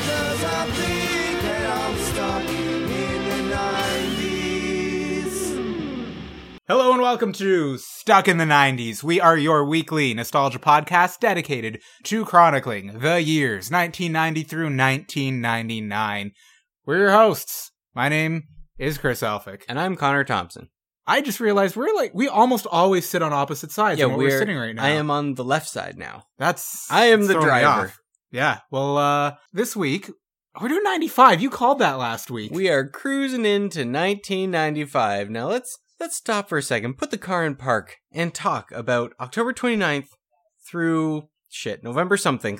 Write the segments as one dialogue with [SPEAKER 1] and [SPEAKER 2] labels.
[SPEAKER 1] I think that I'm stuck in the 90s.
[SPEAKER 2] Hello and welcome to Stuck in the 90s. We are your weekly nostalgia podcast dedicated to chronicling the years 1990 through 1999. We're your hosts. My name is Chris Elphick.
[SPEAKER 3] And I'm Connor Thompson.
[SPEAKER 2] I just realized we're like, we almost always sit on opposite sides yeah, where we're,
[SPEAKER 3] we're-
[SPEAKER 2] sitting right now.
[SPEAKER 3] I am on the left side now.
[SPEAKER 2] That's.
[SPEAKER 3] I am the
[SPEAKER 2] throwing me
[SPEAKER 3] driver.
[SPEAKER 2] off. Yeah. Well, uh, this week, we're doing 95. You called that last week.
[SPEAKER 3] We are cruising into 1995. Now let's let's stop for a second, put the car in park, and talk about October 29th through shit November something,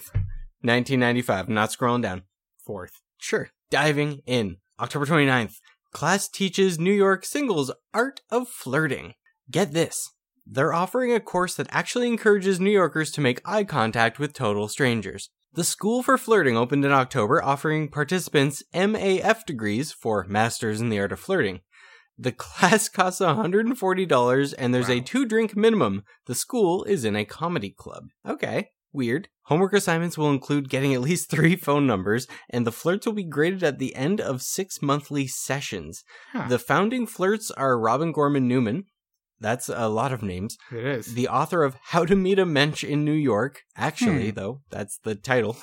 [SPEAKER 3] 1995. I'm not scrolling down.
[SPEAKER 2] Fourth.
[SPEAKER 3] Sure. Diving in. October 29th. Class teaches New York singles Art of Flirting. Get this. They're offering a course that actually encourages New Yorkers to make eye contact with total strangers. The School for Flirting opened in October, offering participants MAF degrees for Masters in the Art of Flirting. The class costs $140 and there's a
[SPEAKER 2] Wow.
[SPEAKER 3] two drink minimum. The school is in a comedy club. Okay, weird. Homework assignments will include getting at least three phone numbers, and the flirts will be graded at the end of six monthly sessions.
[SPEAKER 2] Huh.
[SPEAKER 3] The founding flirts are Robin Gorman Newman. That's a lot of names.
[SPEAKER 2] It is.
[SPEAKER 3] The author of How to Meet a Mensch in New York, actually, though, that's the title.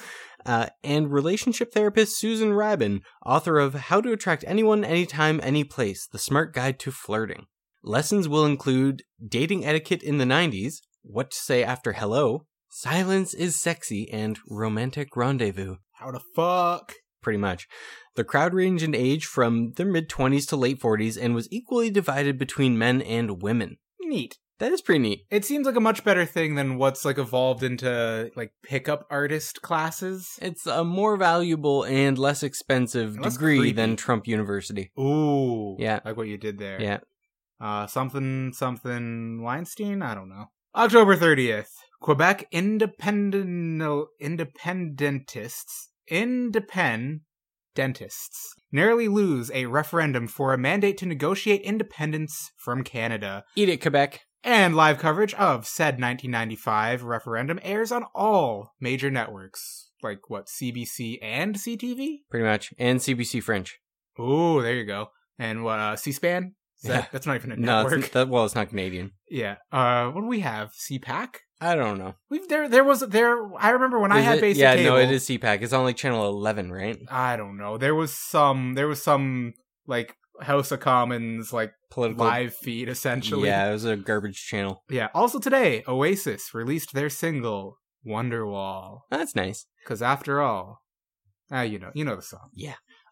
[SPEAKER 3] Uh, and relationship therapist Susan Rabin, author of How to Attract Anyone, Anytime, Any Place The Smart Guide to Flirting. Lessons will include dating etiquette in the 90s, what to say after hello, silence is sexy, and romantic rendezvous
[SPEAKER 2] How to fuck.
[SPEAKER 3] pretty much. The crowd ranged in age from their mid 20s to late 40s and was equally divided between men and women.
[SPEAKER 2] Neat.
[SPEAKER 3] That is pretty neat.
[SPEAKER 2] It seems like a much better thing than what's like evolved into like pickup artist classes.
[SPEAKER 3] It's a more valuable and less expensive
[SPEAKER 2] And less
[SPEAKER 3] degree
[SPEAKER 2] creepy.
[SPEAKER 3] than Trump University.
[SPEAKER 2] Ooh.
[SPEAKER 3] Yeah.
[SPEAKER 2] Like what you did there.
[SPEAKER 3] Yeah.
[SPEAKER 2] Uh, something, something Weinstein? I don't know. October 30th. Quebec independent, independentists, independentists nearly lose a referendum for a mandate to negotiate independence from Canada.
[SPEAKER 3] Eat it, Quebec.
[SPEAKER 2] And live coverage of said 1995 referendum airs on all major networks, like what, CBC and CTV?
[SPEAKER 3] Pretty much. And CBC French.
[SPEAKER 2] Ooh, there you go. And what, uh, C SPAN?
[SPEAKER 3] Yeah.
[SPEAKER 2] That's not even a
[SPEAKER 3] No,
[SPEAKER 2] network.
[SPEAKER 3] it's, that, well, it's not Canadian.
[SPEAKER 2] yeah. Uh, what do we have? CPAC?
[SPEAKER 3] I don't know.
[SPEAKER 2] We've there. There was there. I remember when I
[SPEAKER 3] Is
[SPEAKER 2] had
[SPEAKER 3] it-
[SPEAKER 2] basic
[SPEAKER 3] Yeah,
[SPEAKER 2] cable.
[SPEAKER 3] no, it is CPAC. It's on like channel 11, right?
[SPEAKER 2] I don't know. There was some. There was some like House of Commons like
[SPEAKER 3] Political.
[SPEAKER 2] live feed essentially.
[SPEAKER 3] Yeah, it was a garbage channel.
[SPEAKER 2] Yeah. Also today, Oasis released their single Wonderwall.
[SPEAKER 3] That's nice.
[SPEAKER 2] Because after all, ah, you know, you know the song.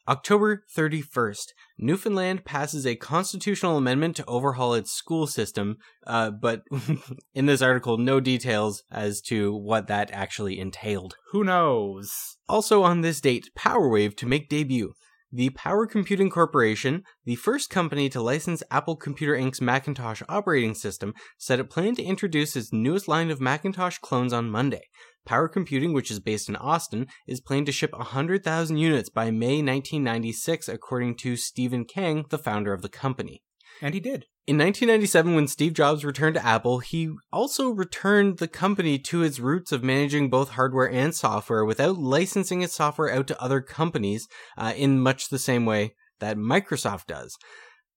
[SPEAKER 3] October 31st, Newfoundland passes a constitutional amendment to overhaul its school system, uh, but in this article, no details as to what that actually entailed.
[SPEAKER 2] Who knows?
[SPEAKER 3] Also on this date, PowerWave to make debut. The Power Computing Corporation, the first company to license Apple Computer Inc.'s Macintosh operating system, said it planned to introduce its newest line of Macintosh clones on Monday. Power Computing, which is based in Austin, is planned to ship 100,000 units by May 1996, according to Stephen Kang, the founder of the company.
[SPEAKER 2] And he did.
[SPEAKER 3] In 1997, when Steve Jobs returned to Apple, he also returned the company to its roots of managing both hardware and software without licensing its software out to other companies uh, in much the same way that Microsoft does.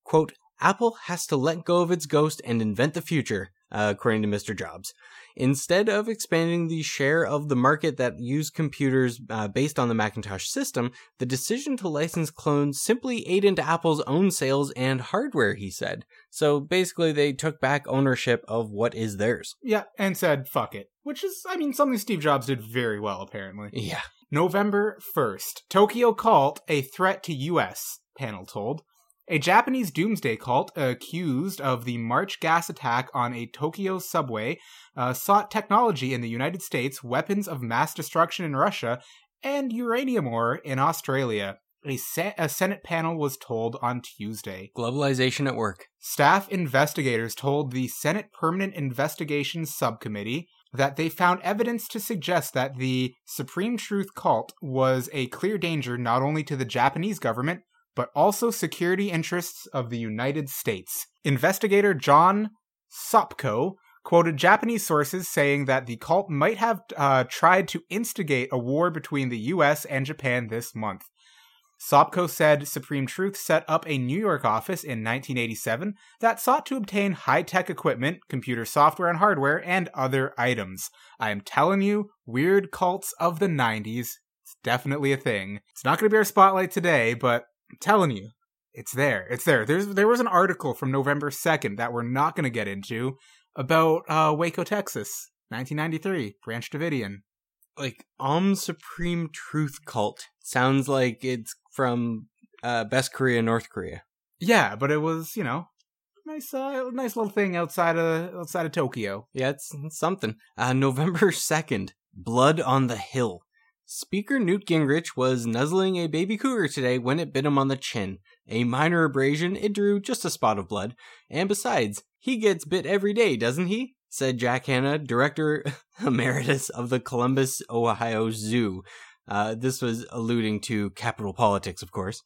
[SPEAKER 3] Quote, Apple has to let go of its ghost and invent the future, uh, according to Mr. Jobs. Instead of expanding the share of the market that use computers uh, based on the Macintosh system, the decision to license clones simply ate into Apple's own sales and hardware, he said. So basically, they took back ownership of what is theirs.
[SPEAKER 2] Yeah, and said fuck it, which is, I mean, something Steve Jobs did very well apparently.
[SPEAKER 3] Yeah.
[SPEAKER 2] November first, Tokyo cult a threat to U.S. Panel told. A Japanese doomsday cult accused of the March gas attack on a Tokyo subway uh, sought technology in the United States, weapons of mass destruction in Russia, and uranium ore in Australia. A, se- a Senate panel was told on Tuesday.
[SPEAKER 3] Globalization at work.
[SPEAKER 2] Staff investigators told the Senate Permanent Investigations Subcommittee that they found evidence to suggest that the Supreme Truth cult was a clear danger not only to the Japanese government, but also security interests of the United States. Investigator John Sopko quoted Japanese sources saying that the cult might have uh, tried to instigate a war between the US and Japan this month. Sopko said Supreme Truth set up a New York office in 1987 that sought to obtain high tech equipment, computer software and hardware, and other items. I am telling you, weird cults of the 90s, it's definitely a thing. It's not going to be our spotlight today, but I'm telling you, it's there. It's there. There's, there was an article from November 2nd that we're not going to get into about uh, Waco, Texas, 1993, Branch Davidian.
[SPEAKER 3] like Om Supreme Truth Cult sounds like it's from uh, Best Korea, North Korea.
[SPEAKER 2] Yeah, but it was, you know, nice, uh, nice little thing outside of outside of Tokyo.
[SPEAKER 3] Yeah, it's, it's something. Uh, November 2nd, Blood on the Hill. Speaker Newt Gingrich was nuzzling a baby cougar today when it bit him on the chin. A minor abrasion, it drew just a spot of blood. And besides, he gets bit every day, doesn't he? Said Jack Hanna, director emeritus of the Columbus, Ohio Zoo. Uh, this was alluding to capital politics, of course.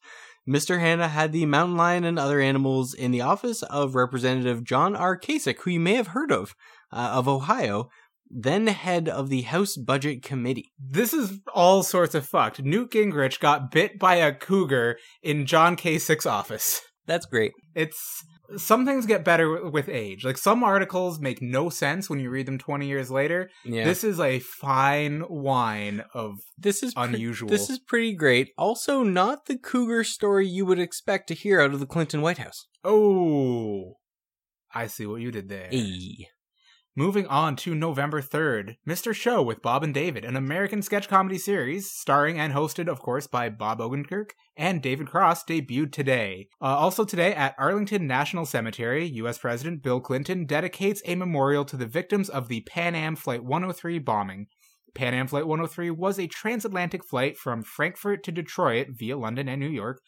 [SPEAKER 3] Mr. Hanna had the mountain lion and other animals in the office of Representative John R. Kasich, who you may have heard of, uh, of Ohio, then head of the House Budget Committee.
[SPEAKER 2] This is all sorts of fucked. Newt Gingrich got bit by a cougar in John Kasich's office.
[SPEAKER 3] That's great.
[SPEAKER 2] It's some things get better w- with age. Like some articles make no sense when you read them 20 years later.
[SPEAKER 3] Yeah.
[SPEAKER 2] This is a fine wine of
[SPEAKER 3] this is pre-
[SPEAKER 2] unusual.
[SPEAKER 3] this is pretty great. Also, not the cougar story you would expect to hear out of the Clinton White House.
[SPEAKER 2] Oh, I see what you did there.
[SPEAKER 3] Hey.
[SPEAKER 2] Moving on to November 3rd, Mr. Show with Bob and David, an American sketch comedy series starring and hosted, of course, by Bob Odenkirk and David Cross, debuted today. Uh, also today at Arlington National Cemetery, U.S. President Bill Clinton dedicates a memorial to the victims of the Pan Am Flight 103 bombing. Pan Am Flight 103 was a transatlantic flight from Frankfurt to Detroit via London and New York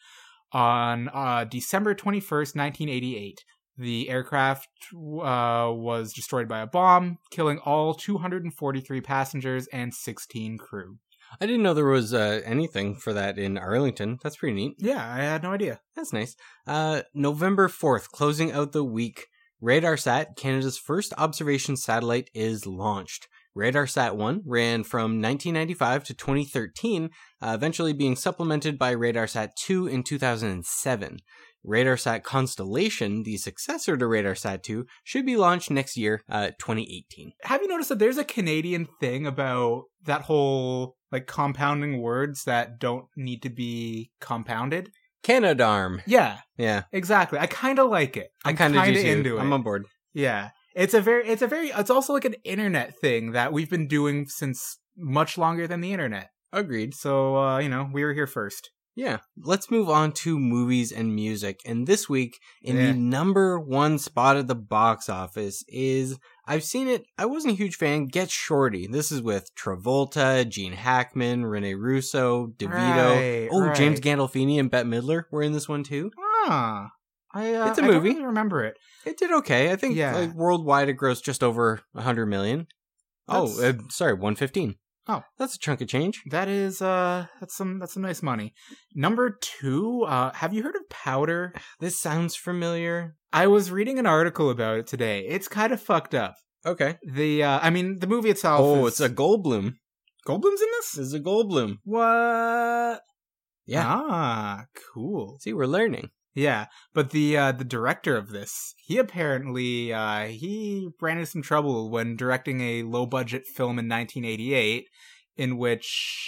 [SPEAKER 2] on uh, December 21st, 1988. The aircraft uh, was destroyed by a bomb, killing all 243 passengers and 16 crew.
[SPEAKER 3] I didn't know there was uh, anything for that in Arlington. That's pretty neat.
[SPEAKER 2] Yeah, I had no idea.
[SPEAKER 3] That's nice. Uh, November 4th, closing out the week, RadarSat, Canada's first observation satellite, is launched. RadarSat 1 ran from 1995 to 2013, uh, eventually being supplemented by RadarSat 2 in 2007. RadarSat Constellation, the successor to RadarSat 2, should be launched next year, uh, 2018.
[SPEAKER 2] Have you noticed that there's a Canadian thing about that whole like compounding words that don't need to be compounded?
[SPEAKER 3] Canadarm.
[SPEAKER 2] Yeah,
[SPEAKER 3] Yeah.
[SPEAKER 2] exactly. I kind of like it.
[SPEAKER 3] I
[SPEAKER 2] I'm
[SPEAKER 3] kind of
[SPEAKER 2] kinda
[SPEAKER 3] into
[SPEAKER 2] into
[SPEAKER 3] it.
[SPEAKER 2] it.
[SPEAKER 3] I'm on board.
[SPEAKER 2] Yeah. It's a very it's a very it's also like an internet thing that we've been doing since much longer than the internet.
[SPEAKER 3] Agreed.
[SPEAKER 2] So, uh, you know, we were here first.
[SPEAKER 3] Yeah. Let's move on to movies and music. And this week, in
[SPEAKER 2] Yeah.
[SPEAKER 3] the number one spot at the box office is I've seen it. I wasn't a huge fan. Get Shorty. This is with Travolta, Gene Hackman, Rene Russo, DeVito.
[SPEAKER 2] Right,
[SPEAKER 3] oh, James
[SPEAKER 2] right.
[SPEAKER 3] Gandolfini and Bette Midler were in this one too.
[SPEAKER 2] Ah, I, uh,
[SPEAKER 3] It's a
[SPEAKER 2] I don't
[SPEAKER 3] movie.
[SPEAKER 2] really remember it.
[SPEAKER 3] It did okay. I think
[SPEAKER 2] Yeah.
[SPEAKER 3] like, worldwide it grossed just over 100 million. Oh, uh,
[SPEAKER 2] That's-
[SPEAKER 3] sorry, 115.
[SPEAKER 2] Oh.
[SPEAKER 3] That's a chunk of change.
[SPEAKER 2] That is uh, that's some that's some nice money. Number two, uh, have you heard of powder?
[SPEAKER 3] This sounds familiar.
[SPEAKER 2] I was reading an article about it today. It's kind of fucked up.
[SPEAKER 3] Okay.
[SPEAKER 2] The uh, I mean, the movie itself.
[SPEAKER 3] Oh,
[SPEAKER 2] is-
[SPEAKER 3] it's a Goldblum.
[SPEAKER 2] Goldblum's in this.
[SPEAKER 3] This is a Goldblum.
[SPEAKER 2] What?
[SPEAKER 3] Yeah.
[SPEAKER 2] Ah, cool.
[SPEAKER 3] See, we're learning.
[SPEAKER 2] Yeah, but the uh, the director of this, he apparently uh, he ran into some trouble when directing a low budget film in 1988, in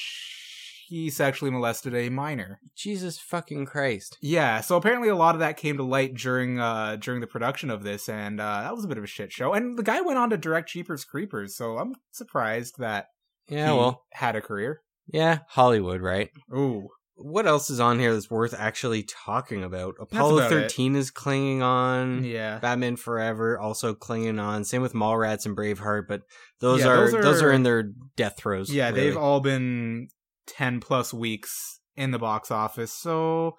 [SPEAKER 2] which he sexually molested a minor.
[SPEAKER 3] Jesus fucking Christ.
[SPEAKER 2] Yeah, so apparently a lot of that came to light during uh, during the production of this, and uh, that was a bit of a shit show. And the guy went on to direct Jeepers Creepers, so I'm surprised that
[SPEAKER 3] Yeah,
[SPEAKER 2] he
[SPEAKER 3] well,
[SPEAKER 2] had a career.
[SPEAKER 3] yeah, Hollywood, right?
[SPEAKER 2] Ooh,
[SPEAKER 3] What else is on here that's worth actually talking about? Apollo
[SPEAKER 2] about it.
[SPEAKER 3] 13 is clinging on.
[SPEAKER 2] yeah.
[SPEAKER 3] Batman Forever also clinging on. Same with Mallrats and Braveheart, but those,
[SPEAKER 2] Yeah,
[SPEAKER 3] are,
[SPEAKER 2] those
[SPEAKER 3] those
[SPEAKER 2] are-
[SPEAKER 3] are in their death throes.
[SPEAKER 2] Yeah, they've
[SPEAKER 3] really.
[SPEAKER 2] all been 10 plus weeks in the box office. So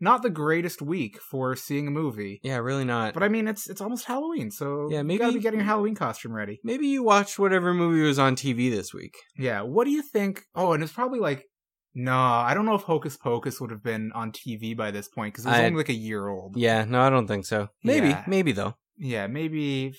[SPEAKER 2] not the greatest week for seeing a movie.
[SPEAKER 3] Yeah, really not.
[SPEAKER 2] But I mean, it's it's almost Halloween, so
[SPEAKER 3] Yeah,
[SPEAKER 2] you
[SPEAKER 3] maybe-
[SPEAKER 2] gotta be getting your Halloween costume ready.
[SPEAKER 3] Maybe you watched whatever movie was on TV this week.
[SPEAKER 2] Yeah, what do you think? Oh, and it's probably like, nah, I don't know if Hocus Pocus would have been on TV by this point because it was
[SPEAKER 3] I-
[SPEAKER 2] only like a year old.
[SPEAKER 3] Yeah, no, I don't think so. Maybe,
[SPEAKER 2] Yeah.
[SPEAKER 3] maybe though.
[SPEAKER 2] Yeah, maybe.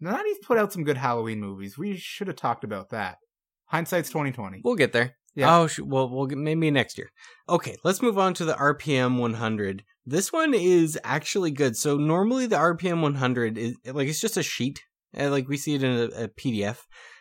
[SPEAKER 2] Not even put out some good Halloween movies. We should have talked about that. Hindsight's twenty twenty.
[SPEAKER 3] We'll get there.
[SPEAKER 2] Yeah.
[SPEAKER 3] Oh, sh- well, well, maybe next year. Okay, let's move on to the RPM 100. This one is actually good. So normally the RPM 100 is like it's just a sheet, uh, like we see it in a, a PDF,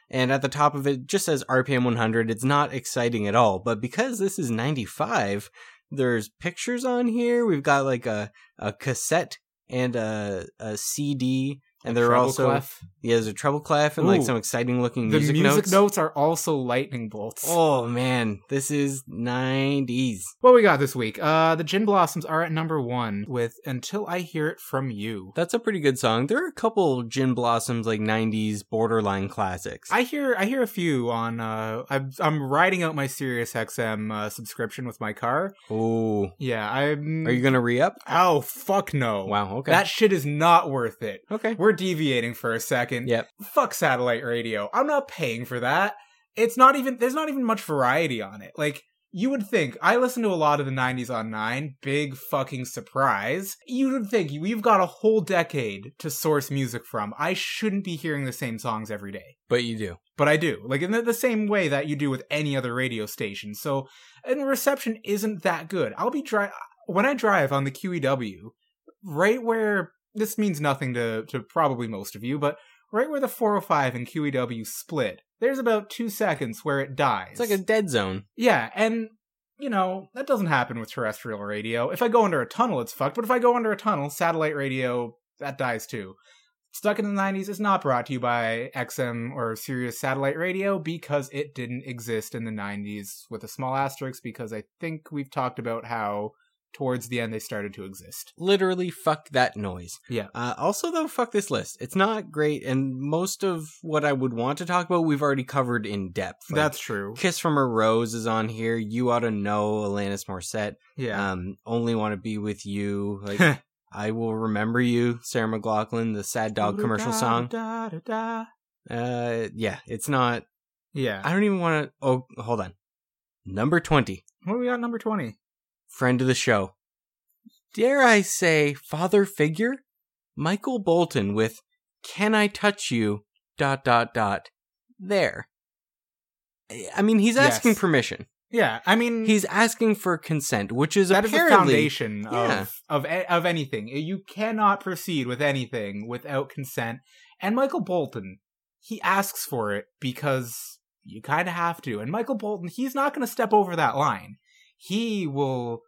[SPEAKER 3] and at the top of it just says RPM 100. It's not exciting at all, but because this is 95, there's pictures on here. We've got like a a cassette and a a CD, and there are
[SPEAKER 2] Treble
[SPEAKER 3] also
[SPEAKER 2] clef.
[SPEAKER 3] yeah, there's a treble clef and like
[SPEAKER 2] Ooh.
[SPEAKER 3] some exciting looking
[SPEAKER 2] the
[SPEAKER 3] music,
[SPEAKER 2] music
[SPEAKER 3] notes.
[SPEAKER 2] notes. are also lightning bolts.
[SPEAKER 3] Oh man, this is 90s.
[SPEAKER 2] What we got this week? Uh, the Gin Blossoms are at number one with "Until I Hear It From You."
[SPEAKER 3] That's a pretty good song. There are a couple Gin Blossoms like 90s borderline classics.
[SPEAKER 2] I hear I hear a few on. Uh, I'm I'm riding out my Sirius XM uh, subscription with my car.
[SPEAKER 3] oh,
[SPEAKER 2] Yeah, I'm.
[SPEAKER 3] are you going to re-up?
[SPEAKER 2] Oh fuck no!
[SPEAKER 3] Wow, okay.
[SPEAKER 2] That shit is not worth it.
[SPEAKER 3] okay.
[SPEAKER 2] We're deviating for a second.
[SPEAKER 3] Yep.
[SPEAKER 2] Fuck satellite radio. I'm not paying for that. It's not even there's not even much variety on it. Like you would think I listen to a lot of the 90s on 9, big fucking surprise. You would think we've got a whole decade to source music from. I shouldn't be hearing the same songs every day.
[SPEAKER 3] But you do.
[SPEAKER 2] But I do. Like in the, the same way that you do with any other radio station. So and the reception isn't that good. I'll be dri when I drive on the QEW, right where this means nothing to, to probably most of you, but right where the 405 and QEW split, there's about two seconds where it dies.
[SPEAKER 3] It's like a dead zone.
[SPEAKER 2] yeah, and you know that doesn't happen with terrestrial radio. If I go under a tunnel, it's fucked. But if I go under a tunnel, satellite radio that dies too. Stuck in the 90s is not brought to you by XM or Sirius Satellite Radio because it didn't exist in the 90s, with a small asterisk because I think we've talked about how towards the end they started to exist.
[SPEAKER 3] Literally fuck that noise.
[SPEAKER 2] Yeah.
[SPEAKER 3] Uh, also though, fuck this list. It's not great and most of what I would want to talk about we've already covered in depth. Like,
[SPEAKER 2] That's true.
[SPEAKER 3] Kiss from a Rose is on here. You ought to know Alanis Morissette.
[SPEAKER 2] Yeah.
[SPEAKER 3] Um, only want to be with you. Like I will remember you, Sarah McLaughlin, the sad
[SPEAKER 2] Oh,
[SPEAKER 3] dog commercial song. Uh, yeah, it's not.
[SPEAKER 2] Yeah.
[SPEAKER 3] I don't even want to. Oh, hold on. Number twenty,
[SPEAKER 2] What do we got number 20?
[SPEAKER 3] friend of the show. Dare I say, father figure, Michael Bolton with "Can I touch you?" Dot dot dot. There. I- I mean, he's
[SPEAKER 2] Yes.
[SPEAKER 3] asking permission.
[SPEAKER 2] Yeah. I mean,
[SPEAKER 3] He's asking for consent, which is
[SPEAKER 2] that is the
[SPEAKER 3] apparently
[SPEAKER 2] foundation
[SPEAKER 3] Yeah.
[SPEAKER 2] of of a- of anything. Eh, You cannot proceed with anything without consent. And Michael Bolton, he asks for it because you kind of have to. And Michael Bolton, he's not going to step over that line. He will,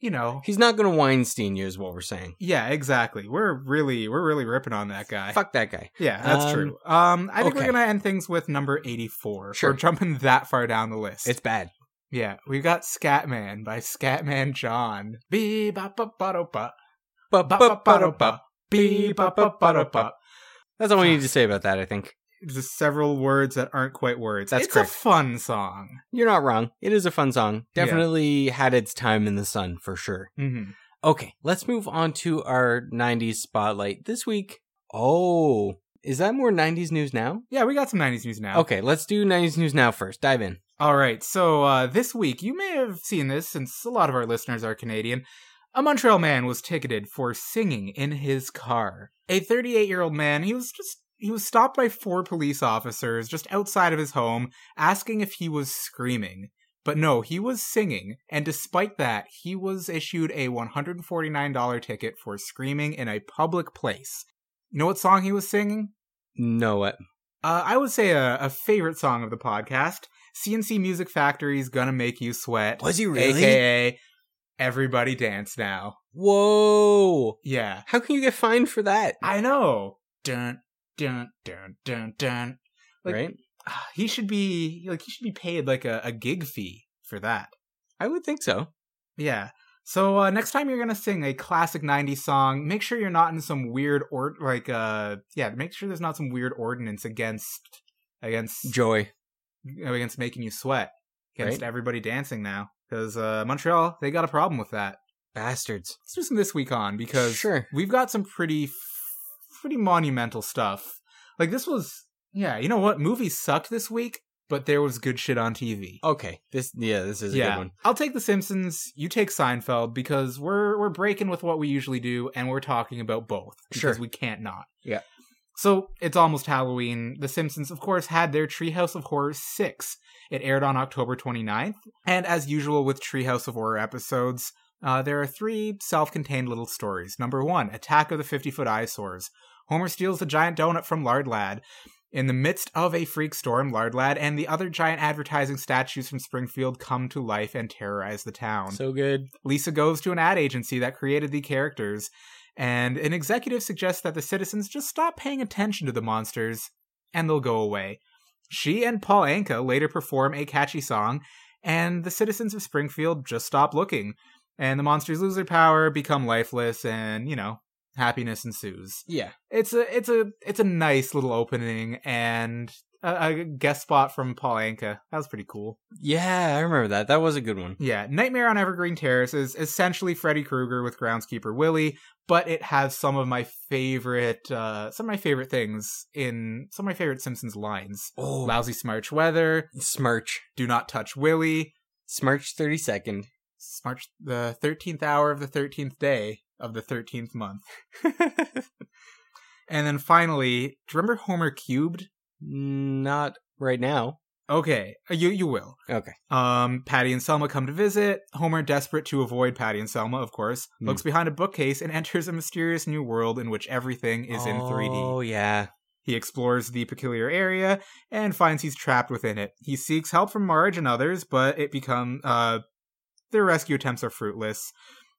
[SPEAKER 2] you know.
[SPEAKER 3] he's not going to Weinstein you, is what we're saying.
[SPEAKER 2] Yeah, exactly. We're really we're really ripping on that guy.
[SPEAKER 3] Fuck that guy.
[SPEAKER 2] Yeah, that's
[SPEAKER 3] Um,
[SPEAKER 2] true. Um, I think
[SPEAKER 3] okay.
[SPEAKER 2] we're gonna end things with number eighty-four.
[SPEAKER 3] Sure.
[SPEAKER 2] We're jumping that far down the list.
[SPEAKER 3] It's bad.
[SPEAKER 2] yeah, we've got Scatman by Scatman John. Bee ba ba ba do ba. Ba ba ba do ba. Bee ba ba ba do ba.
[SPEAKER 3] That's all we need to say about that, I think.
[SPEAKER 2] Just several words that aren't quite words.
[SPEAKER 3] That's
[SPEAKER 2] it's
[SPEAKER 3] correct.
[SPEAKER 2] a fun song.
[SPEAKER 3] You're not wrong. It is a fun song.
[SPEAKER 2] Yeah.
[SPEAKER 3] Definitely had its time in the sun for sure.
[SPEAKER 2] Mm-hmm.
[SPEAKER 3] Okay, let's move on to our 90s spotlight. This week, oh, is that more 90s news now?
[SPEAKER 2] Yeah, we got some '90s news now.
[SPEAKER 3] Okay, let's do 90s news now first. Dive in.
[SPEAKER 2] All right. So uh, this week, you may have seen this since a lot of our listeners are Canadian. A Montreal man was ticketed for singing in his car. A 38 year old man, he was just. He was stopped by four police officers just outside of his home, asking if he was screaming. But no, he was singing, and despite that, he was issued a $149 ticket for screaming in a public place. You know what song he was singing?
[SPEAKER 3] No, what?
[SPEAKER 2] Uh, I would say a, a favorite song of the podcast, CNC Music Factory's "Gonna Make You Sweat,"
[SPEAKER 3] Was he
[SPEAKER 2] aka "Everybody Dance Now."
[SPEAKER 3] Whoa.
[SPEAKER 2] Yeah,
[SPEAKER 3] How can you get fined for that?
[SPEAKER 2] I know. Dun dun dun dun dun. Like-
[SPEAKER 3] right?
[SPEAKER 2] Ah, He should be like he should be paid like a, a gig fee for that.
[SPEAKER 3] I would think so.
[SPEAKER 2] Yeah. So uh, next time you're gonna sing a classic '90s song, make sure you're not in some weird or like uh yeah, make sure there's not some weird ordinance against against
[SPEAKER 3] Joy.
[SPEAKER 2] uh, against making you sweat against
[SPEAKER 3] Right.
[SPEAKER 2] everybody dancing now because uh, montreal they got a problem with that
[SPEAKER 3] Bastards.
[SPEAKER 2] let's do some this week on because
[SPEAKER 3] Sure.
[SPEAKER 2] we've got some pretty f- pretty monumental stuff like this was yeah you know what movies sucked this week but there was good shit on tv
[SPEAKER 3] Okay. This, yeah, this is a good
[SPEAKER 2] yeah,
[SPEAKER 3] one.
[SPEAKER 2] I'll take The Simpsons. You take Seinfeld because we're we're breaking with what we usually do, and we're talking about both because
[SPEAKER 3] Sure.
[SPEAKER 2] we can't not.
[SPEAKER 3] Yeah.
[SPEAKER 2] So it's almost Halloween. The Simpsons, of course, had their Treehouse of Horrors six, It aired on October 29th, and as usual with Treehouse of Horror episodes, uh, there are three self contained little stories. Number one Attack of the 50 Foot Eyesores. Homer steals the giant donut from Lard Lad. In the midst of a freak storm, Lard Lad and the other giant advertising statues from Springfield come to life and terrorize the town.
[SPEAKER 3] So good.
[SPEAKER 2] Lisa goes to an ad agency that created the characters, and an executive suggests that the citizens just stop paying attention to the monsters and they'll go away. She and Paul Anka later perform a catchy song, and the citizens of Springfield just stop looking, and the monsters lose their power, become lifeless, and you know, happiness ensues.
[SPEAKER 3] Yeah.
[SPEAKER 2] It's a it's a it's a nice little opening and a, a guest spot from Paul Anka. That was pretty cool.
[SPEAKER 3] Yeah, I remember that. That was a good one.
[SPEAKER 2] Yeah, Nightmare on Evergreen Terrace is essentially Freddy Krueger with groundskeeper Willie, but it has some of my favorite uh some of my favorite things in some of my favorite Simpsons lines.
[SPEAKER 3] Oh,
[SPEAKER 2] Lousy smarch weather,
[SPEAKER 3] Smirch.
[SPEAKER 2] do not touch Willie,
[SPEAKER 3] Smirch 32nd.
[SPEAKER 2] smarch the 13th hour of the 13th day of the 13th month. and then finally, do you remember Homer cubed?
[SPEAKER 3] Not right now.
[SPEAKER 2] Okay, uh, you you will.
[SPEAKER 3] Okay.
[SPEAKER 2] Um, Patty and Selma come to visit. Homer, desperate to avoid Patty and Selma, of course,
[SPEAKER 3] Hmm.
[SPEAKER 2] looks behind a bookcase and enters a mysterious new world in which everything is in 3D.
[SPEAKER 3] Oh, yeah.
[SPEAKER 2] He explores the peculiar area and finds he's trapped within it. He seeks help from Marge and others, but it become uh their rescue attempts are fruitless.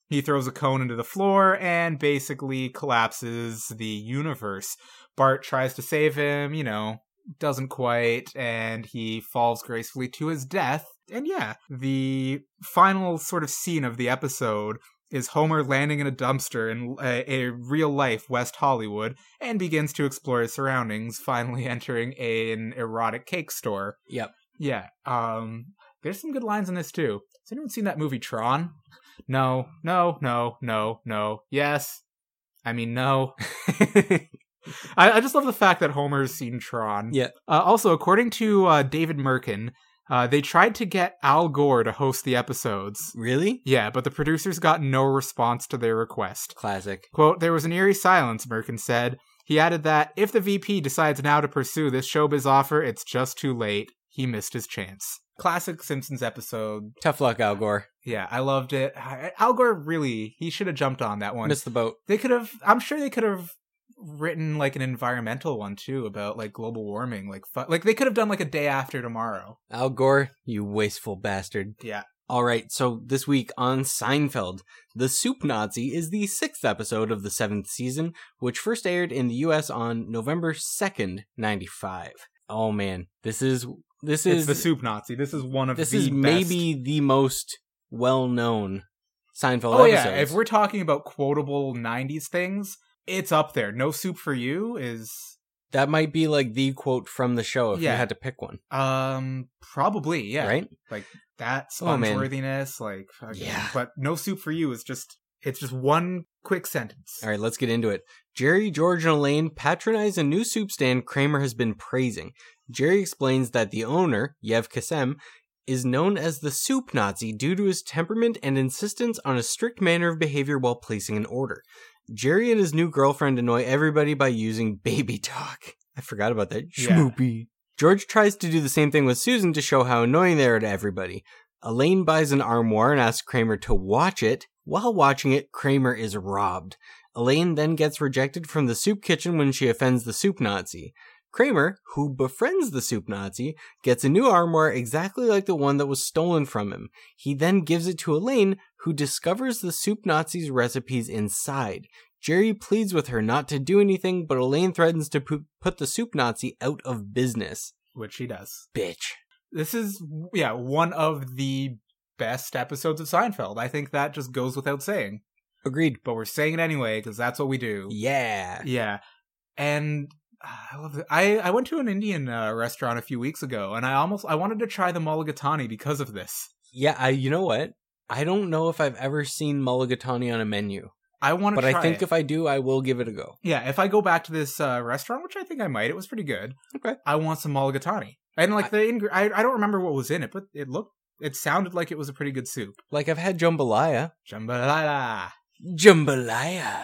[SPEAKER 2] He throws a cone into the floor and basically collapses the universe. Bart tries to save him, you know, doesn't quite, and he falls gracefully to his death. And yeah, the final sort of scene of the episode is Homer landing in a dumpster in uh, a, a real life West Hollywood and begins to explore his surroundings, finally entering an erotic cake store.
[SPEAKER 3] Yep.
[SPEAKER 2] Yeah. Um there's some good lines in this too. Has anyone seen that movie Tron? No, no, no, no, no. Yes. I mean no. I, I just love the fact that Homer's seen Tron.
[SPEAKER 3] Yeah.
[SPEAKER 2] Uh, also, according to uh, David Merkin, uh, they tried to get Al Gore to host the episodes.
[SPEAKER 3] Really?
[SPEAKER 2] Yeah, but the producers got no response to their request.
[SPEAKER 3] Classic.
[SPEAKER 2] Quote, there was an eerie silence, Merkin said. He added that if the VP decides now to pursue this showbiz offer, it's just too late. He missed his chance. Classic Simpsons episode.
[SPEAKER 3] Tough luck, Al Gore.
[SPEAKER 2] Yeah, I loved it. I- Al Gore really, he should have jumped on that one.
[SPEAKER 3] Missed the boat.
[SPEAKER 2] They could have, I'm sure they could have written like an environmental one too about like global warming. Like, fu- like they could have done like a day after tomorrow.
[SPEAKER 3] Al Gore, you wasteful bastard.
[SPEAKER 2] Yeah.
[SPEAKER 3] All right, so this week on Seinfeld, The Soup Nazi is the sixth episode of the seventh season, which first aired in the U.S. on November second, ninety-five. Oh man, this is this
[SPEAKER 2] It's
[SPEAKER 3] is
[SPEAKER 2] the soup Nazi. This is one of
[SPEAKER 3] this
[SPEAKER 2] the
[SPEAKER 3] is
[SPEAKER 2] best-
[SPEAKER 3] maybe the most well-known Seinfeld.
[SPEAKER 2] Oh
[SPEAKER 3] episodes.
[SPEAKER 2] yeah, if we're talking about quotable '90s things, it's up there. No soup for you is
[SPEAKER 3] that might be like the quote from the show if
[SPEAKER 2] Yeah.
[SPEAKER 3] you had to pick one,
[SPEAKER 2] um probably yeah
[SPEAKER 3] right?
[SPEAKER 2] that
[SPEAKER 3] Oh, man.
[SPEAKER 2] spongeworthiness like fucking-
[SPEAKER 3] Yeah.
[SPEAKER 2] but no soup for you is just it's just one quick sentence.
[SPEAKER 3] All right, let's get into it. Jerry, George, and Elaine patronize a new soup stand Kramer has been praising. Jerry explains that the owner, Yev Kasem, is known as the soup Nazi due to his temperament and insistence on a strict manner of behavior while placing an order. Jerry and his new girlfriend annoy everybody by using baby talk. I forgot about that.
[SPEAKER 2] Yeah.
[SPEAKER 3] Schmoopy. George tries to do the same thing with Susan to show how annoying they are to everybody. Elaine buys an armoire and asks Kramer to watch it. While watching it, Kramer is robbed. Elaine then gets rejected from the soup kitchen when she offends the soup Nazi. Kramer, who befriends the soup Nazi, gets a new armoire exactly like the one that was stolen from him. He then gives it to Elaine, who discovers the soup Nazi's recipes inside. Jerry pleads with her not to do anything, but Elaine threatens to pu- put the soup Nazi out of business.
[SPEAKER 2] Which he does.
[SPEAKER 3] Bitch.
[SPEAKER 2] This is yeah one of the best episodes of Seinfeld. I think that just goes without saying,
[SPEAKER 3] Agreed.
[SPEAKER 2] but we're saying it anyway because that's what we do.
[SPEAKER 3] Yeah.
[SPEAKER 2] Yeah, and uh, I love. It. I I went to an Indian uh, restaurant a few weeks ago, and I almost I wanted to try the mulligatawny because of this.
[SPEAKER 3] Yeah, I you know what? I don't know if I've ever seen mulligatawny on a menu,
[SPEAKER 2] I want to.
[SPEAKER 3] but I think if I do, I will give it a go.
[SPEAKER 2] yeah, if I go back to this uh, restaurant, which I think I might, it was pretty good.
[SPEAKER 3] Okay.
[SPEAKER 2] I want some mulligatawny, and like
[SPEAKER 3] I-
[SPEAKER 2] the ing- I I don't remember what was in it, but it looked it sounded like it was a pretty good soup.
[SPEAKER 3] Like I've had jambalaya.
[SPEAKER 2] Jambalaya.
[SPEAKER 3] Jambalaya.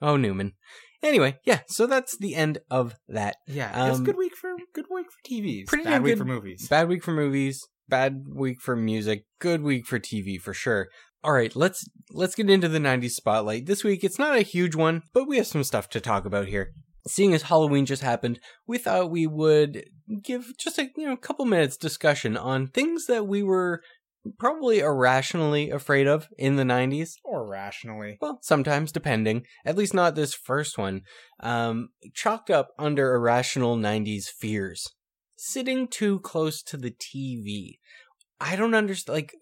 [SPEAKER 3] oh, Newman. Anyway, yeah, so that's the end of that.
[SPEAKER 2] Yeah, it's
[SPEAKER 3] Um,
[SPEAKER 2] good week for good week for TVs.
[SPEAKER 3] pretty
[SPEAKER 2] bad
[SPEAKER 3] damn
[SPEAKER 2] week
[SPEAKER 3] good-
[SPEAKER 2] for movies.
[SPEAKER 3] Bad week for movies, bad week for music, good week for TV for sure. All right, let's let's get into the 90s spotlight. This week it's not a huge one, but we have some stuff to talk about here. Seeing as Halloween just happened, we thought we would give just a you know couple minutes discussion on things that we were probably irrationally afraid of in the 90s
[SPEAKER 2] or rationally.
[SPEAKER 3] well, sometimes depending. At least not this first one. Um, chalked up under irrational 90s fears. Sitting too close to the TV. I don't understand. Like,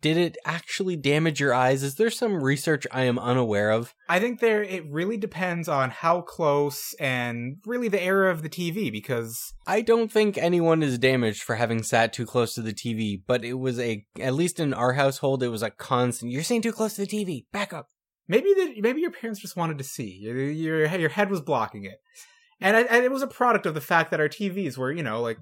[SPEAKER 3] did it actually damage your eyes? Is there some research I am unaware of?
[SPEAKER 2] I think there it really depends on how close and really the era of the TV because
[SPEAKER 3] I don't think anyone is damaged for having sat too close to the TV, but it was a, at least in our household, it was a constant, you're sitting too close to the TV, back up.
[SPEAKER 2] maybe that maybe your parents just wanted to see your your, your head was blocking it, and, I, and it was a product of the fact that our TVs were you know like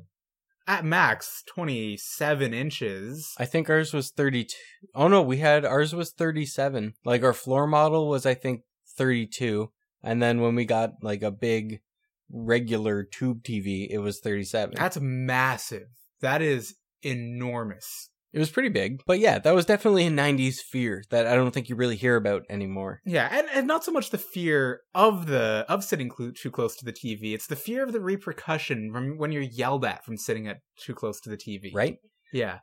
[SPEAKER 2] at max twenty seven inches.
[SPEAKER 3] I think ours was 32. Oh no, we had ours was 37. Like our floor model was I think 32 and then when we got like a big regular tube TV, it was 37.
[SPEAKER 2] That's massive. That is enormous.
[SPEAKER 3] it was pretty big. But yeah, that was definitely a 90s fear that I don't think you really hear about anymore.
[SPEAKER 2] Yeah, and, and not so much the fear of the of sitting clu too close to the TV. It's the fear of the repercussion from when you're yelled at from sitting at too close to the TV.
[SPEAKER 3] Right?
[SPEAKER 2] Yeah.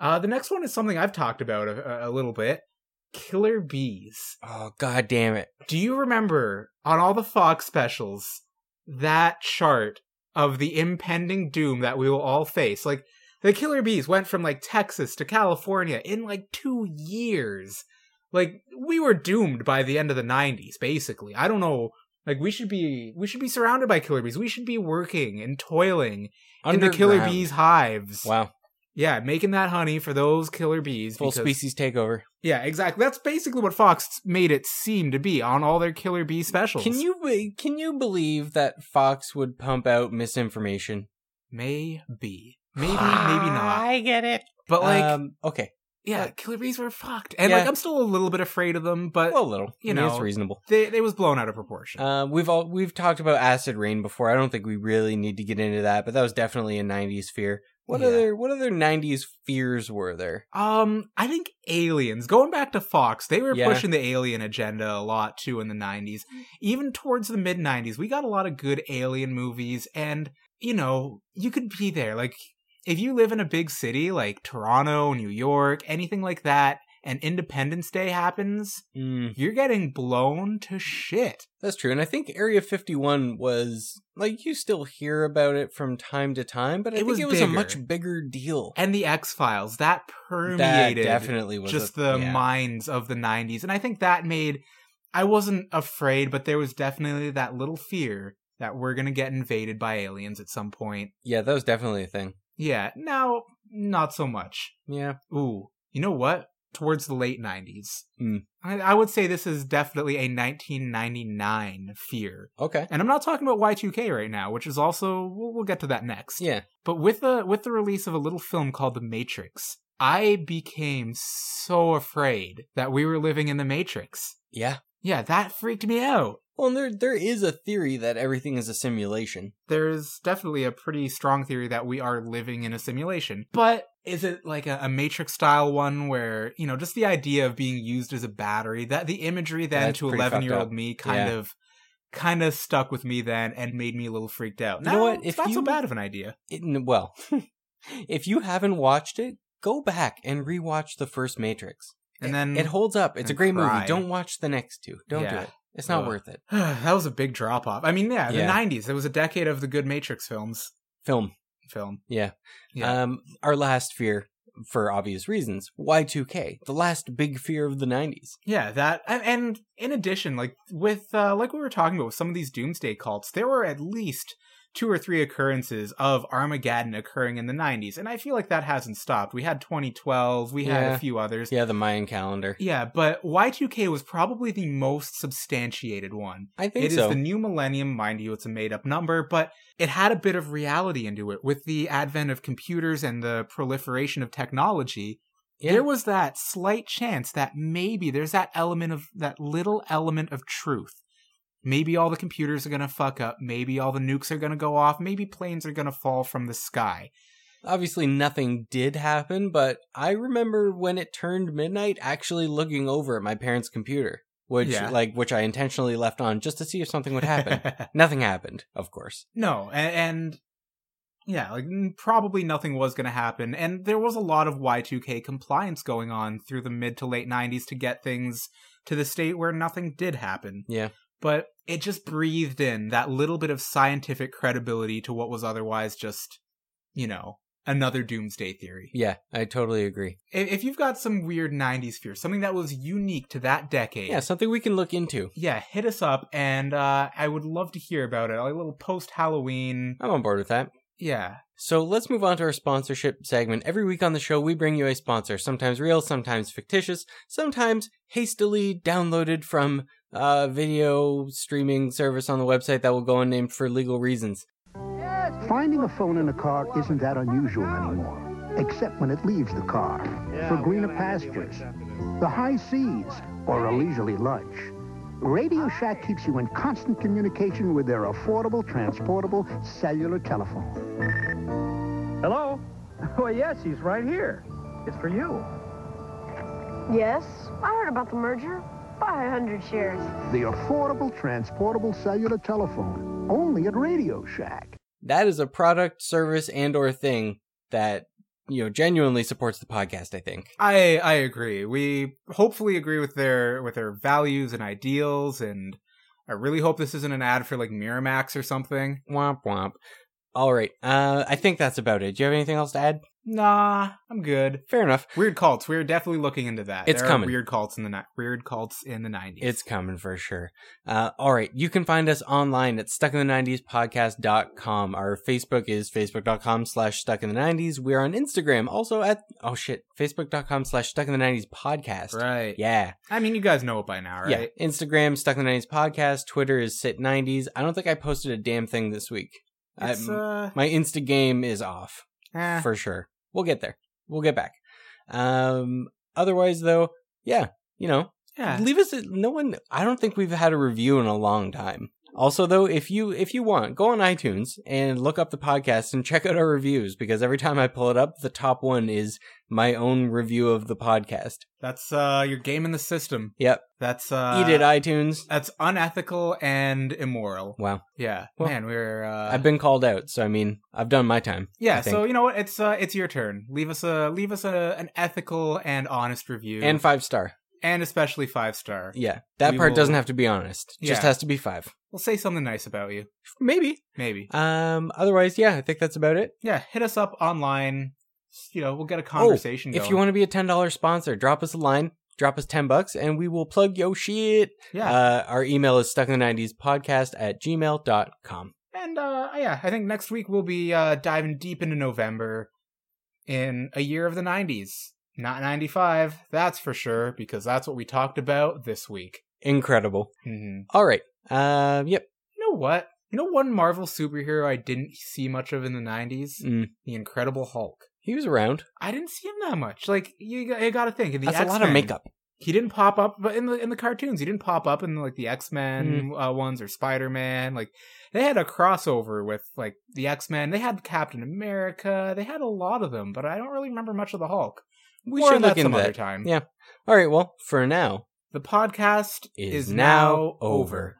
[SPEAKER 2] Uh, the next one is something I've talked about a, a- a little bit. Killer bees.
[SPEAKER 3] Oh god damn it.
[SPEAKER 2] Do you remember on all the Fox specials that chart of the impending doom that we will all face? Like the killer bees went from like Texas to California in like 2 years. Like we were doomed by the end of the 90s basically. I don't know like we should be we should be surrounded by killer bees. We should be working and toiling in the killer
[SPEAKER 3] Underground.
[SPEAKER 2] bees hives.
[SPEAKER 3] Wow.
[SPEAKER 2] Yeah, making that honey for those killer bees.
[SPEAKER 3] Full
[SPEAKER 2] because-
[SPEAKER 3] species takeover.
[SPEAKER 2] Yeah, exactly. That's basically what Fox made it seem to be on all their killer bee specials.
[SPEAKER 3] Can you be- can you believe that Fox would pump out misinformation?
[SPEAKER 2] Maybe. Maybe, maybe not.
[SPEAKER 3] I get it.
[SPEAKER 2] But like,
[SPEAKER 3] um, okay.
[SPEAKER 2] yeah, killer bees were fucked, and
[SPEAKER 3] Yeah.
[SPEAKER 2] like, I'm still a little bit afraid of them, but
[SPEAKER 3] Well, a little.
[SPEAKER 2] you
[SPEAKER 3] I mean, it's
[SPEAKER 2] know,
[SPEAKER 3] reasonable.
[SPEAKER 2] they they was blown out of proportion.
[SPEAKER 3] Uh, we've all we've talked about acid rain before. I don't think we really need to get into that, but that was definitely a '90s fear. What
[SPEAKER 2] Yeah.
[SPEAKER 3] other what other '90s fears were there?
[SPEAKER 2] um, I think aliens. Going back to Fox, they were
[SPEAKER 3] Yeah.
[SPEAKER 2] pushing the alien agenda a lot too in the '90s. Even towards the mid '90s, we got a lot of good alien movies, and you know, you could be there. Like, if you live in a big city like Toronto, New York, anything like that, and Independence Day happens,
[SPEAKER 3] Mm,
[SPEAKER 2] you're getting blown to shit.
[SPEAKER 3] that's true, and I think Area 51 was like you still hear about it from time to time, but I
[SPEAKER 2] It
[SPEAKER 3] think
[SPEAKER 2] was
[SPEAKER 3] it was a
[SPEAKER 2] bigger.
[SPEAKER 3] much bigger deal.
[SPEAKER 2] and the X Files that
[SPEAKER 3] that
[SPEAKER 2] permeated
[SPEAKER 3] definitely was
[SPEAKER 2] just
[SPEAKER 3] a-
[SPEAKER 2] the
[SPEAKER 3] yeah.
[SPEAKER 2] minds of the '90s, and I think that made I wasn't afraid, but there was definitely that little fear that we're gonna get invaded by aliens at some point.
[SPEAKER 3] yeah, that was definitely a thing.
[SPEAKER 2] Yeah, now not so much.
[SPEAKER 3] Yeah,
[SPEAKER 2] Ooh, you know what? Towards the late '90s,
[SPEAKER 3] Hmm.
[SPEAKER 2] I, I would say this is definitely a 1999 fear,
[SPEAKER 3] okay,
[SPEAKER 2] and I'm not talking about Y2K right now, which is also we'll, we'll get to that next.
[SPEAKER 3] yeah,
[SPEAKER 2] But with the with the release of a little film called The Matrix, I became so afraid that we were living in the Matrix.
[SPEAKER 3] yeah.
[SPEAKER 2] Yeah, that freaked me out.
[SPEAKER 3] Well, and there there is a theory that everything is a simulation.
[SPEAKER 2] There's definitely a pretty strong theory that we are living in a simulation. But is it like a, a Matrix style one where, you know, just the idea of being used as a battery, that the imagery then
[SPEAKER 3] That's
[SPEAKER 2] to
[SPEAKER 3] pretty fucked
[SPEAKER 2] eleven year
[SPEAKER 3] up.
[SPEAKER 2] old me kind
[SPEAKER 3] Yeah.
[SPEAKER 2] of kind of stuck with me then and made me a little freaked out.
[SPEAKER 3] You know
[SPEAKER 2] Now,
[SPEAKER 3] what?
[SPEAKER 2] It's
[SPEAKER 3] If
[SPEAKER 2] not so
[SPEAKER 3] you-
[SPEAKER 2] bad of an idea.
[SPEAKER 3] It, n- well, if you haven't watched it, go back and rewatch the first Matrix.
[SPEAKER 2] And
[SPEAKER 3] It-
[SPEAKER 2] then-
[SPEAKER 3] it holds up. It's
[SPEAKER 2] Mm.
[SPEAKER 3] a
[SPEAKER 2] and
[SPEAKER 3] great
[SPEAKER 2] cry.
[SPEAKER 3] movie. Don't watch the next two. Don't do
[SPEAKER 2] Yeah.
[SPEAKER 3] it. It's not
[SPEAKER 2] Ugh.
[SPEAKER 3] worth it.
[SPEAKER 2] that was a big drop off. I mean, yeah, the
[SPEAKER 3] Yeah.
[SPEAKER 2] 90s. It was a decade of the good Matrix films.
[SPEAKER 3] Film.
[SPEAKER 2] film.
[SPEAKER 3] Yeah.
[SPEAKER 2] Yeah.
[SPEAKER 3] Um, our last fear, for obvious reasons, Y2K, the last big fear of the 90s.
[SPEAKER 2] Yeah, that and, and in addition, like with uh, like we were talking about with some of these doomsday cults, there were at least two or three occurrences of Armageddon occurring in the 90s, and I feel like that hasn't stopped. We had 2012, we had
[SPEAKER 3] Yeah.
[SPEAKER 2] a few others.
[SPEAKER 3] Yeah, the Mayan calendar.
[SPEAKER 2] Yeah, but Y2K was probably the most substantiated one.
[SPEAKER 3] I think
[SPEAKER 2] It is
[SPEAKER 3] so.
[SPEAKER 2] the new millennium, mind you, it's a made up number, but it had a bit of reality into it. With the advent of computers and the proliferation of technology,
[SPEAKER 3] Yeah.
[SPEAKER 2] there was that slight chance that maybe there's that element of that little element of truth Maybe all the computers are going to fuck up. Maybe all the nukes are going to go off. Maybe planes are going to fall from the sky.
[SPEAKER 3] Obviously, nothing did happen, but I remember when it turned midnight actually looking over at my parents' computer, which
[SPEAKER 2] Yeah.
[SPEAKER 3] like which I intentionally left on just to see if something would happen. nothing happened, of course.
[SPEAKER 2] No, and, and yeah, like n- probably nothing was going to happen. And there was a lot of Y2K compliance going on through the mid to late 90s to get things to the state where nothing did happen.
[SPEAKER 3] Yeah.
[SPEAKER 2] But it just breathed in that little bit of scientific credibility to what was otherwise just, you know, another doomsday theory.
[SPEAKER 3] Yeah, I totally agree.
[SPEAKER 2] I- If you've got some weird 90s fear, something that was unique to that decade,
[SPEAKER 3] Yeah, something we can look into.
[SPEAKER 2] yeah, hit us up and uh, I would love to hear about it. Like a little post Halloween.
[SPEAKER 3] I'm on board with that.
[SPEAKER 2] Yeah.
[SPEAKER 3] So let's move on to our sponsorship segment. Every week on the show, we bring you a sponsor, sometimes real, sometimes fictitious, sometimes hastily downloaded from a video streaming service on the website that will go unnamed for legal reasons.
[SPEAKER 4] Finding a phone in a car isn't that unusual anymore, except when it leaves the car for greener pastures, the high seas, or a leisurely lunch. Radio Shack keeps you in constant communication with their affordable, transportable cellular telephone.
[SPEAKER 5] Hello? Well, yes, he's right here. It's for you.
[SPEAKER 6] Yes, I heard about the merger. Buy a 100 shares.
[SPEAKER 4] The affordable, transportable cellular telephone, only at Radio Shack.
[SPEAKER 3] That is a product, service, and or thing that, you know, genuinely supports the podcast, I think.
[SPEAKER 2] I I agree. We hopefully agree with their with their values and ideals and I really hope this isn't an ad for like Miramax or something.
[SPEAKER 3] Womp womp. All right. Uh, I think that's about it. Do you have anything else to add?
[SPEAKER 2] Nah, I'm good.
[SPEAKER 3] Fair enough.
[SPEAKER 2] Weird cults. We're definitely looking into that.
[SPEAKER 3] It's
[SPEAKER 2] There are
[SPEAKER 3] coming.
[SPEAKER 2] Weird cults in the ni- weird cults in the nineties.
[SPEAKER 3] It's coming for sure. Uh, all right. You can find us online at stuckinthe90spodcast.com. Our Facebook is facebook.com slash stuckinthe90s. We're on Instagram also at, oh shit, facebook.com slash stuckinthe90spodcast.
[SPEAKER 2] right.
[SPEAKER 3] Yeah.
[SPEAKER 2] I mean, you guys know it by now, right?
[SPEAKER 3] Yeah. Instagram, Stuck in the 90s Podcast. Twitter is sit90s. I don't think I posted a damn thing this week. I-
[SPEAKER 2] It's, uh,
[SPEAKER 3] my Insta game is off
[SPEAKER 2] eh.
[SPEAKER 3] for sure. We'll get there. We'll get back. Um, otherwise, though, yeah, you know,
[SPEAKER 2] yeah.
[SPEAKER 3] leave us. A, no one. I don't think we've had a review in a long time. Also, though, if you if you want, go on iTunes and look up the podcast and check out our reviews because every time I pull it up, the top one is my own review of the podcast.
[SPEAKER 2] That's uh, your game in the system.
[SPEAKER 3] Yep,
[SPEAKER 2] That's uh,
[SPEAKER 3] eat it, iTunes.
[SPEAKER 2] That's unethical and immoral.
[SPEAKER 3] Wow,
[SPEAKER 2] Yeah,
[SPEAKER 3] Well,
[SPEAKER 2] man, we're. Uh,
[SPEAKER 3] I've been called out, so I mean, I've done my time.
[SPEAKER 2] Yeah,
[SPEAKER 3] I think.
[SPEAKER 2] so you know what? It's uh, it's your turn. Leave us a leave us a, an ethical and honest review,
[SPEAKER 3] and five star.
[SPEAKER 2] and especially five star.
[SPEAKER 3] Yeah, that
[SPEAKER 2] We
[SPEAKER 3] part
[SPEAKER 2] will-
[SPEAKER 3] doesn't have to be honest; just
[SPEAKER 2] Yeah.
[SPEAKER 3] has to be five,
[SPEAKER 2] We'll say something nice about you,
[SPEAKER 3] maybe.
[SPEAKER 2] maybe.
[SPEAKER 3] Um, otherwise, yeah, I think that's about it.
[SPEAKER 2] Yeah, hit us up online. You know, we'll get a conversation.
[SPEAKER 3] Oh, If you want to be a ten dollar sponsor, drop us a line, drop us ten bucks, and we will plug yo shit.
[SPEAKER 2] to, yeah,
[SPEAKER 3] Uh, our email is stuck in the nineties podcast at gmail.com.
[SPEAKER 2] and uh, yeah, I think next week we'll be uh, diving deep into November in a year of the '90s, not '95. That's for sure because that's what we talked about this week.
[SPEAKER 3] Incredible.
[SPEAKER 2] hmm
[SPEAKER 3] All right. Um, yep.
[SPEAKER 2] You know what? You know one Marvel superhero I didn't see much of in the '90s?
[SPEAKER 3] Mm.
[SPEAKER 2] The Incredible Hulk.
[SPEAKER 3] He was around.
[SPEAKER 2] I didn't see him that much. Like you, got- you got to think. In the
[SPEAKER 3] That's a lot of
[SPEAKER 2] X-Men,
[SPEAKER 3] makeup.
[SPEAKER 2] He didn't pop up, but in the in the cartoons, he didn't pop up in like the X Men
[SPEAKER 3] Mm-hmm.
[SPEAKER 2] uh, ones or Spider Man. Like they had a crossover with like the X Men. They had Captain America. They had a lot of them, but I don't really remember much of the Hulk.
[SPEAKER 3] We
[SPEAKER 2] More
[SPEAKER 3] should
[SPEAKER 2] on that
[SPEAKER 3] look
[SPEAKER 2] some
[SPEAKER 3] into
[SPEAKER 2] other
[SPEAKER 3] that.
[SPEAKER 2] time.
[SPEAKER 3] Yeah. All right. Well, for now,
[SPEAKER 2] The podcast
[SPEAKER 3] is,
[SPEAKER 2] is now
[SPEAKER 3] now over.